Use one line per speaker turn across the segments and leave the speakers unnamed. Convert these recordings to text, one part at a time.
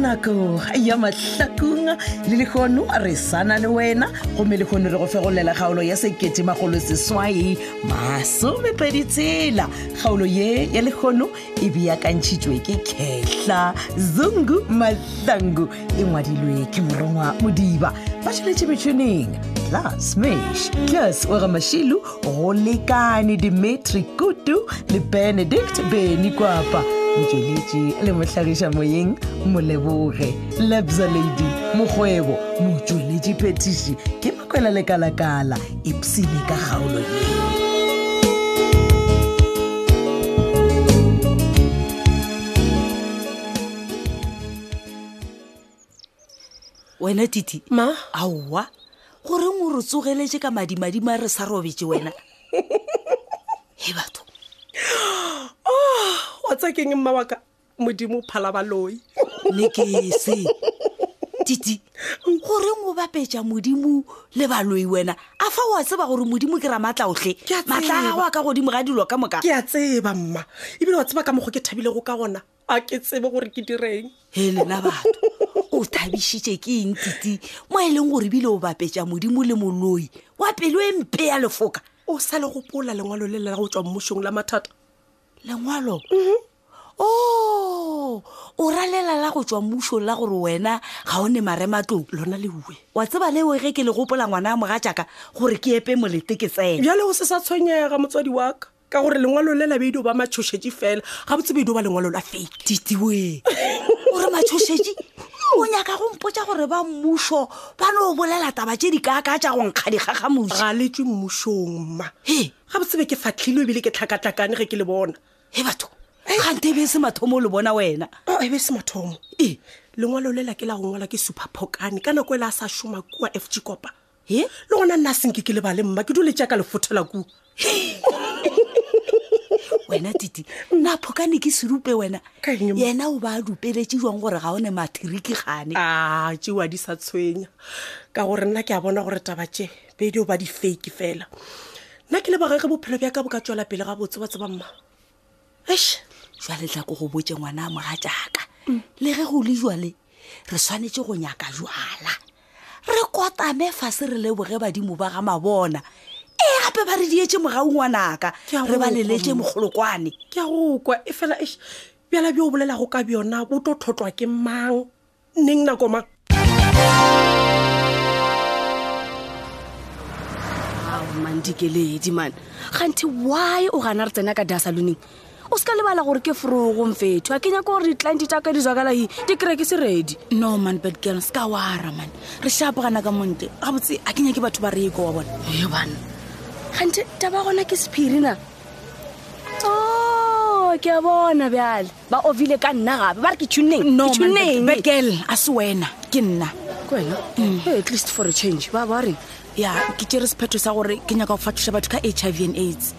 nako ya mahlakong le lekgono re sana le wena gomme lekgono re go fegolela kgaolo ya seketemagoloseswai masomepeditsela kgaolo ye ya lekgono e beakantšhitšwe ke kgetlha zungu mahlangu e ngwadilwe ke morongwa modiba ba tšheletše metšhineng Las Mish, Klaus Oramashilu, Rolekane Dimitri Kutu le Benedict Beni Kwapa. motsweletši le mohlagiša moyeng moleboge labza lady mokgwebo motsweletši phetiši ke makwela lekalakala epsene ka kgaolo ye
wena titi
ma
aowa goreng o re tsogeletse ka madimadima re sa robetse wena e batho
wa tsa keng mma wa ka modimo o phala baloi
ne ke se titi goreng o bapetša modimo le baloi wena a fa wa tseba gore modimo ke ramatlaotlhe
Ke a tseba.
matla a gago a ka godimo ga dilo ka moka
ke a tseba mma ebile wa tseba ka mokgwa ke thabilego ka gona a ke tsebe gore ke direng
he lena batho o thabišitše ke eng titi mo e leng gore ebile o bapetša modimo le moloi wa pelo e mpe ya lefoka
o sa le gopola lengwalo le la go tswa mmošong la mathata
lengwalo
Mhm.
o o ralela la go tswa mmušong la gore wena ga o ne marematlong
lona le uwe
wa tseba leo ge ke le gopola ngwana a moga jaaka gore ke epe molete ke tsena
bjale go se sa tshwenyega motswadi wa ka ka gore lengwalo le la beido ba matshošetše fela ga botsebe ido ba lengwalo la fake
titiwe ore matshošetše o nyaka go mpotša gore ba mmušo ba no o bolela taba tše di kaaka tša go nkga dikgagamuši
ga letswe mmošong mma
He.
ga botsebe ke fatlhile ebile ke tlhakatlhakane ge ke le bona
e batho
Eh?
gante be e se mathomo o le bona wena
Oh, e be e se mathomo
e
lengwalo le la ke la go ngwala ke superphokane ka nako e le a sa šoma kua f g kopa
e
le gona nna senke ke lebale mma ke dule jaaka lefothela kua
wena titi naphokane ke serupe wena
Ka eng, mma?
yena o ba a dupeletše jwang gore ga o ne mathiriki gane
a tsewa Ah, di sa tshwenya ka gore nna ke a bona gore taba tse pedi o ba di fake fela nna ke lebagage bophelo bja ka bo ka tswela pele ga botse wa tseba mma eš
jwale tla ko go botse ngwana a moga jaaka
Mm.
le ge go le jwale re tshwanetse go nyaka jwala re kotame fase re leboge badimo ba ga mabona e gape ba re dietse mogau ngwanaka
Ke a
re ba
go
leletse
kwa, mma.
mogolokwane
ke a go kwa e fela eš bjala bjo o bolelago ka bjona bo tlo tlhotlwa ke mang neng nako mang
mandikeledi man gante why o gana re tsena ka dasaloneng o se ka lebala gore ke forogomfetho a kenya ke gore ditlanti taka di jakalae di kry-e ke seredi no man bad girl se ka wara man re shapogana ka monte gabotse a kenya ke batho ba reeko wa bona e bana gante taba ya gona ke sephiri na Oh, ke a bona bjale ba ovile ka nna gape ba re ke tunengke
bekel a se wena ke nna
wena Eh, at least for a change ba ba reng
ya ke tere sephetho sa gore ke nyaka go fathosa batho ka h i v and aids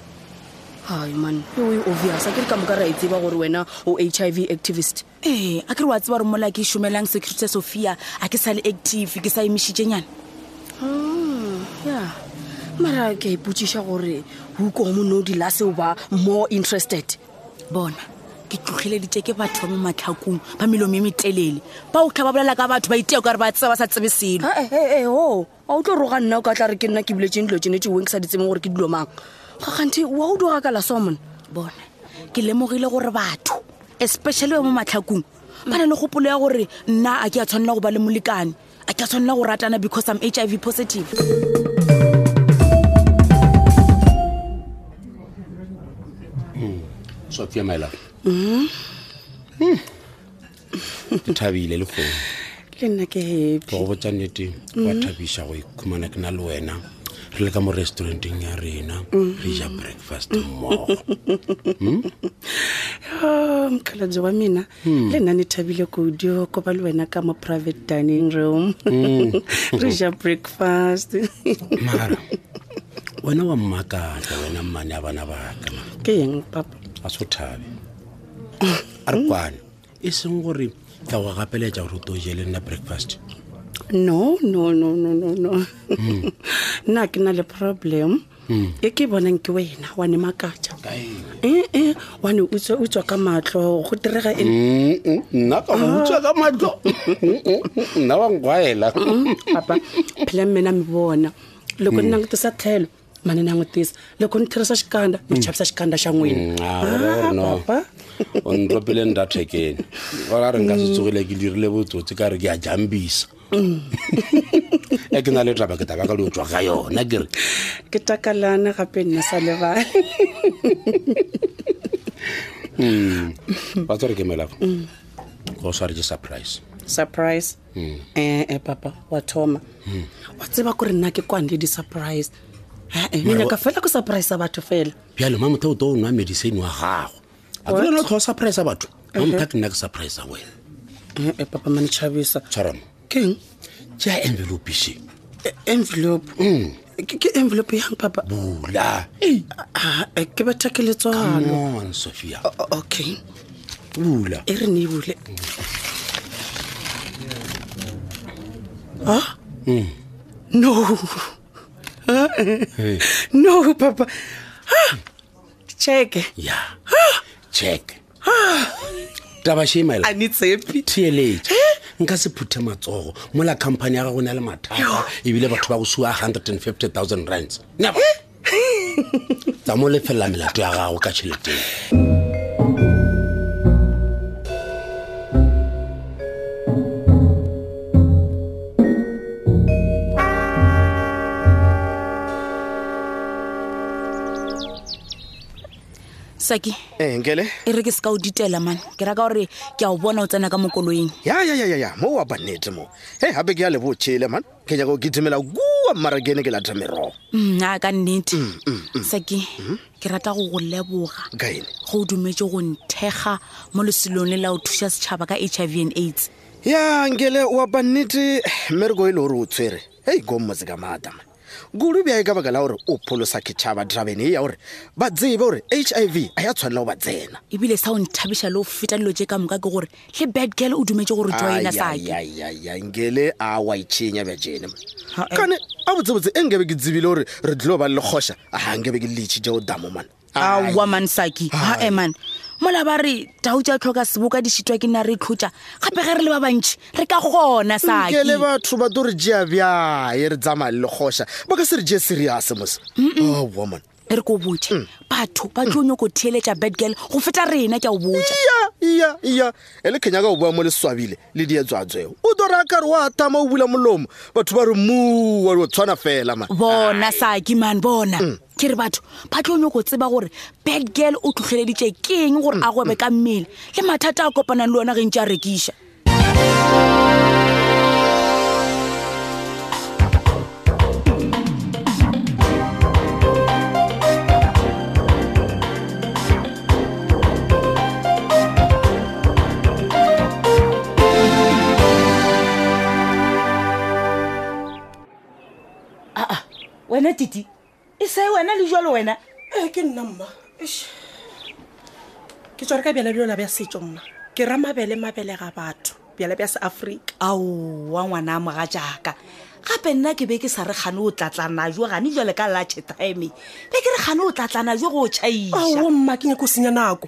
hi man eo e obvious a ke re ka moka ra e tseba gore wena o h i v activist
ee a ke re wa tseba gore mola ke šomelang security sophia a ke sa le active ke sa emišitšenyana
ya mara ke a ipotsiša gore huko o mone o di la seo ba more interested
bona ke tlogeleditse ke batho ba mo matlhakong ba melome e metelele ba o tlha ba bolela ka batho ba iteo ka gore ba tseba ba sa tsebe selo
ee o a o tlo roga nna o ka tla re ke nna ke biletseng dilo tsene tseoeng ke sa di tsebeng gore ke dilo mang ga kgante wa o doga ka lasomona
bona ke lemogile gore batho especially ba mo matlhakong ba na le gopolo ya gore nna a ke a tshwanela go ba le molekane a ke a tshwanela go ratana because i'm h i v positive
sophia my love Hmm. ke thabile le kgomo
le nna ke happy.
go go botsa nnete wa thabiša go ikhumana ke na le wena re le ka mo restauranteng ya rena re ja breakfast mmogo
Ah, mokhaladi wa mina le nna ne thabile kudu ko ba le wena ka mo private dining room re ja breakfast
mara wena wa mmakatla wena mmane a bana baka man.
ke eng papa
a se o thabe a re kwane e seng gore ka go gapeletša gore o to je le nna breakfast
no no no no no no nna ke na le problem e ke bonang ke wena wa ne makatša ee wane o tswa- o tswa ka matlo go direga eng
Mm, nna ka motswa ka matlo nna wa nkgwaela
papa phela mmena mi vona loko ni langutisa tlhelo ma ni langutisa loko ni tirhisa xikandza mi chavisa xikandza xa n'wina Ah, papa
o ntropile ndathekene gola re nka
Mm.
se tsogile ke dirile botsotsi ka re ke a jambisa e ke na le taba ke taba ka le o tswa ka yona kere
Mm. ke takalana gape nna sa lebale
ba tsore ke melafo
Mm.
go sware ke surprise
surprise ee papa wa thoma wa tseba ko re nna ke kwane le di-surprise ae
Mara wa-
nyaka fela ko surprise batho fela
bjalo mamotha o to o nwa medicine wa gago a ke lena o tlho surprise batho mamotha ke nna ke surprise wena
ee Uh-huh. Mm, e papa mane chavisa
tshwarama
ke eng
tea envelopiše
E- envelope Ke- ke envelope yang papa
bula
Ah, eh, ke betha ke letswalo
mon sophia
O- okay
bula
e re ne e bule Ah? no
Hey.
no papa Ah! cheke
ya check taba shemela
a ne tshepi Eh?
theeletša nka se phuthe matsogo mola company ya gago e na le mathata ebile batho ba go sua hundred and fifty thousand rands never
Eh?
tsa mo lefelela melato ya gago ka tšheleteng
saki
ee nkele
e re ke se ka o ditela mane ke raka gore ke a o bona o tsena ka mo koloing
ya ya ya ya ya mo wa banete mo e gape ke ya lebotšhele man ke nyaka go kitimela kua mmarakene ke lata merogo
Mm, a ka nnete saki ke rata go go leboga
mm, Mm-hmm. ka ene
go o dumetse go nthega mo leselong le la o thuša setšhaba ka h i v and aids
ya nkele wa banete mmereko e le gore o tshwere hei ko mmotse ka maata man kudu bjae ka baka la gore o pholosa ketšhaba drabene e ya gore ba tsebe gore h i v a ya tshwanela go ba tsena
ebile sa o nthabiša le go feta dilo tse ka moka ke gore le bad girl o dumetse
E
gore joina saki
ayayaya nkele a wa itšhenya bja jene kane a botsebotse e nkebe ke tsebile gore re tlilo ba le lekgoša a nkebe ke leitšhi jeo damo man
awa man saki ha eman mola ba re tau tša tlhoka seboka di šitwa ke nna re tlhotša gape ge re le ba bantšhi re ka gona saki
nke le batho ba to re jea bjae re tsamaya le lekgoša ba ka se re jee serius mose Oh, woman
e re ko botse batho ba tlo nyoko theeletša bad girl go feta rena ke a o botsa
ya ya ya e le kenya ka go boa mo leswabile le dietswatsweo o to raya kare oa tama o bula molomo batho ba re mua o tshwana fela man
bona saki man bona ke re batho ba tlo nyoko tseba gore bad girl o tlhotlheleditše keng gore a gwebe ka mmele le mathata a kopanang le ona ge ntse a rekiša
wena titi e se wena le jalo wena
ee Eh, ke nna mma Eish. ke tsware ka bjala bjala bja setso mma ke ra mabele mabele ga batho bjala bja seaforika
aowa ngwana a moga jaaka gape nna ke be ke sa re gane o tlatlana jo gane jale ka lache time be ke re gane o tlatlana jo go o tšhaiša
ao mma ke nyako o senya nako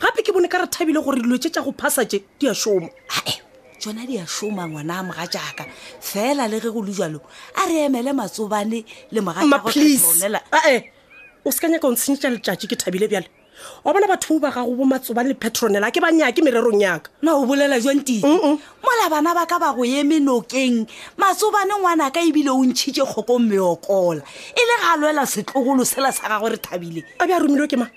gape ke bone ka re thabile gore dilo tse tša go phasa tse di a šoma
ae tsona di a šoma ngwana a moga jaaka fela le ge go le jalo a re emele matsobane le moga
mma
jaaka o tla
please
tlholela-
ae o se ka nyaka o ntshenyetša letšatši ke thabile bjale wa bona batho ba gago bo matsobane le petronela a ke ba nyake mererong yaka
na o bolela jwang tite mola bana ba ka ba go ye menokeng matsobane ngwana ka ebile o ntšhitše kgoko mmeokola e le ga a lwela setlogolo sela sa gagwe re thabile
a be a romilwe ke mang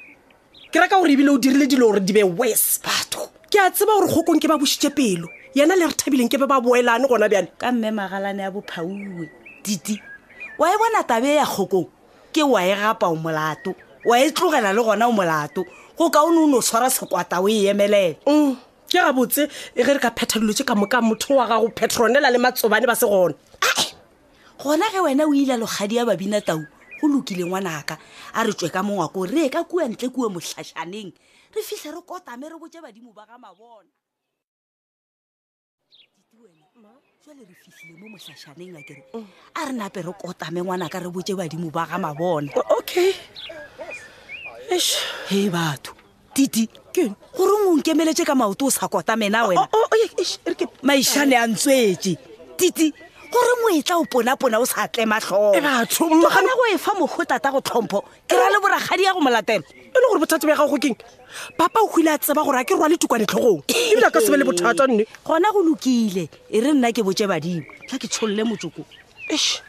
ke raka gore ebile o dirile dilo gore di be wes
batho
ke a tseba gore kgokong ke ba bošitše pelo yena le re thabileng ke be ba boelane gona bjale
ka mme magalane ya bophauwe diti wa e bona tabe ya kgokong ke wa e gapa o molato wa e tlogela le gona o molato go ka o ne o ne o tshwara sekwata o e emelela
Mm, ke gabotse e ge re ka phetha dilo tse ka moka motho wa gago petronela le matsobane ba se gona
ae gona ge wena o ile logadi ya babina tau go lokile ngwanaka a re tswe ka mongwako re ye ka kua ntle kue motlhašaneng re fitlhe re kotame re botse badimo ba ga mabona jale re fitlhile mo motlhašaneng a kere a re nape re kotame ngwanaka re botse badimo ba ga mabona
okay Eish,
he batho titi
Keng?
gore o nkemeletse ka maoto o sa kotamena wena
o- o- o- eish, e re ke-
maišane a ntswetse titi gore moetla o ponapona o sa tlematlhogo
E batho, mma ga-
go efa mogotata go tlhompho ke ra le boragadi ya go molatela
e le gore bothata bja gago keng papa o hile a tseba gore a ke rwale tukwanetlhogong ebile a ka sebe le bothata nne
gona go lokile e re nna ke botse badimo tla ke tsholle motsoko
Eish,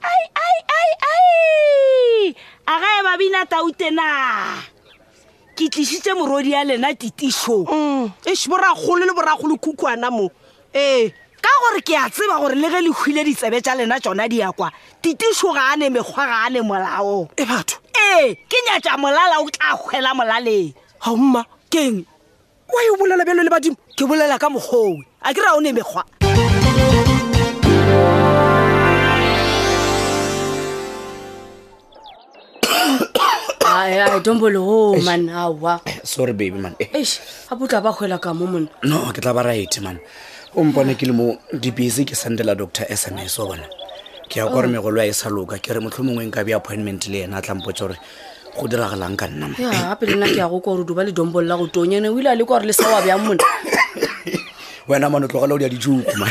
ai ai ai ai a ga e babina tautena ke tlisitse morodi ya lena titišong
mm, eish boragolo le boragolo khukhwana mo ee
ka gore ke a tseba gore le ge le hwile ditsebe tša lena tsona di ya kwa titišo ga a ne mekgwa ga a ne molao
e batho
ee ke nyatša molala o tla kgwela molaleng
ga mma
keng
wa e bolela bjalo le badimo
ke bolela ka mokgowe a ke ra o ne mekgwa
ai dombolo o man awa
sorry baby man Eh,
eish a potla ba kgwela ka mo monna
no ke tla ba right man o mpone ke le mo dibese ke sendela doctor sms o bona ke ya
Oh.
kwa gore megolo a e sa loka ke re motlho mongwe nka be appointment le ena a tlampotse gore go diragalang ka nna man.
ya gape le nna ke yago kwa gore duba le dombolo la go tonyane o ile a le kwa gore le sa wa bjang monna
wena mane o tlogela o dia dijuku man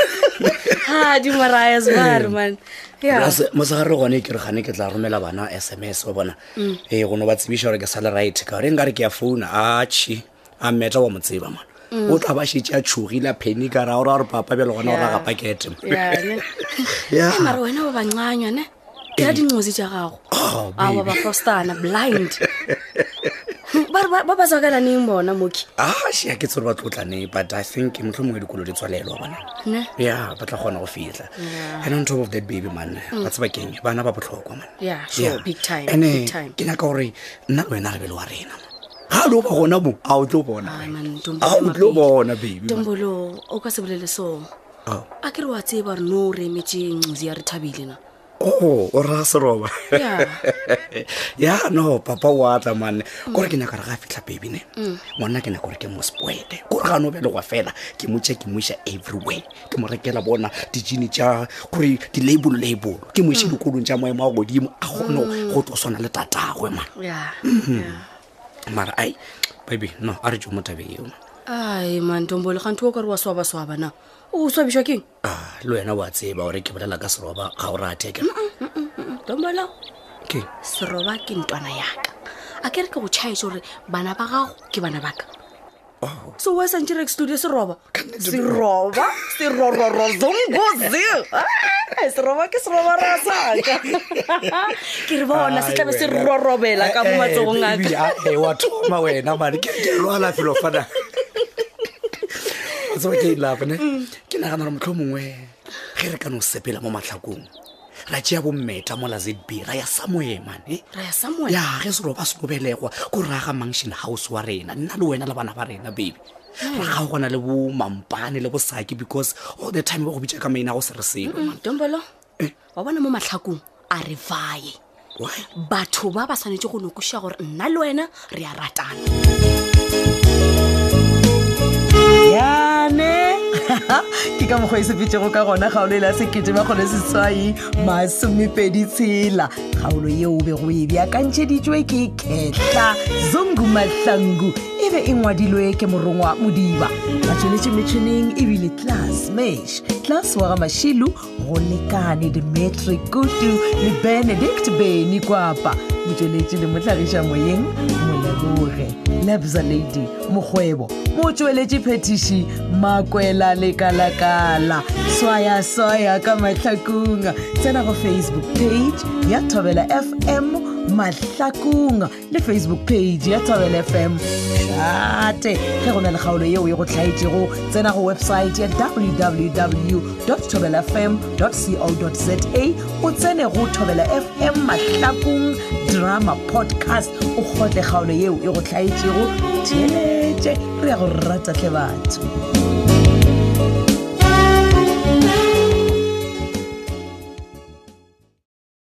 ha dimoraya smare man ya
Plus, mosegare gone ke re gane ke tla romela bana sms o bona
Mm.
ee go no ba tsebiša gore ke sale right ka gore nkare ke ya founa ache a mmeta wa mo tseba man
Mm.
o tla ba šetse a tshogile a pheni ka ra ora gore papa bjale gona o
Yeah.
raga pakete man.
Yeah. Hey, mara wena ba banganya ne ke ya dingosi tša gago
Oh,
awa ba frostana blind Ba re ba ba tsakalaneng bona moki
ašea Ah, ke tsere ba tlotlane but i think motlho mongwe dikolo di tswalelwa bona
Ne?
ya ba tla kgona go fitlha and on top of that baby man ba tseba keng bana ba botlhokwa man
Mm. Yeah, sure,
Yeah.
big time,
Ane,
big time.
ke nyaka gore nna le wena re be le wa rena man. ga le o ba gona mo a o tlo bona
Ai,
man.
Ah, man, Dombolo
a o tlo
Mapedi.
bona baby man.
dombolo o ka se bolele song
Oh.
a ke re wa tseba re no o re emetse ngcosi ya re thabile na
Oh, o raya seroba
Yeah.
ya no papa o atla manne kore ke nyaka re ga fitlha baby ne ngwanna ke nyaka gore ke mo spoete kore ga no belegwa fela ke motšha ke moša everywhere ke mo rekela bona dijene tša gore di-label label ke moše dikolong tša maemo a godimo a kgone go tlo swana le tatagwe man
ya
mm-hmm. mara ai baby no a re jo mo tabe eo
ai man dombolo kgantho o ka re wa swabaswaba na o swabišwa keng
Ah, le wena o a tseba gore ke bolela ka seroba ga o rateke
dombolo
ke
seroba ke ntwana yaka a ke re ke go tšhaetse gore bana ba gago ke bana baka so wa santse re studio seroba
seroba serororo zongozi seroba ke seroba ra saka
ke re bona se tlabe se rorobela
Eh,
ka mo matsogong aka
wa thoma wena mane ke ke lwala felo fana o tseba ke lapo ne ke nagana gore motlho mongwe ge re ka no sepela mo matlhakong ra tšea bommeta mola zb ra ya samoemane
ra ya samoe
ya ge seroba se lobelegwa ko raga mansion house wa rena nna le wena le bana ba rena baby ra ga gona le bo mampane le bosaki because all the time ba go bitša ka maina go se re selo
dombolo wa bona mo matlhakong a re vaye
Eh. Why?
batho ba ba tshwanetse go nokoša gore nna le wena re a ratana
yane ke ka mokgwa e sepetsego ka gona kgaolo e la sekete makgolo seswai masomepedi tshela kgaolo yeo o bego e beakantšheditšwe ke kgetla zungu mahlangu e be e ngwadilwe ke morongwa modiba ba tsweletše metšhineng e ebile tlas mash tlas wa ga mašilu go lekane dimetri kutu le benedict beny kwapa motsweletši le motlhagiša moyeng moleboge lebza lady mokgwebo motsweletši phetiši makwela lekalakala swayaswaya ka mahlakong tsena go facebook page ya thobela fm mahlakong le facebook page ya thobela fm ate ge go na le kgaolo yeo e go tlhaetšego tsena go website ya www thobelafm co za o tsene go thobela fm mahlakong drama podcast o kgotle kgaolo yeo e go tlhaetšego theletše re ya go ratatlhe batho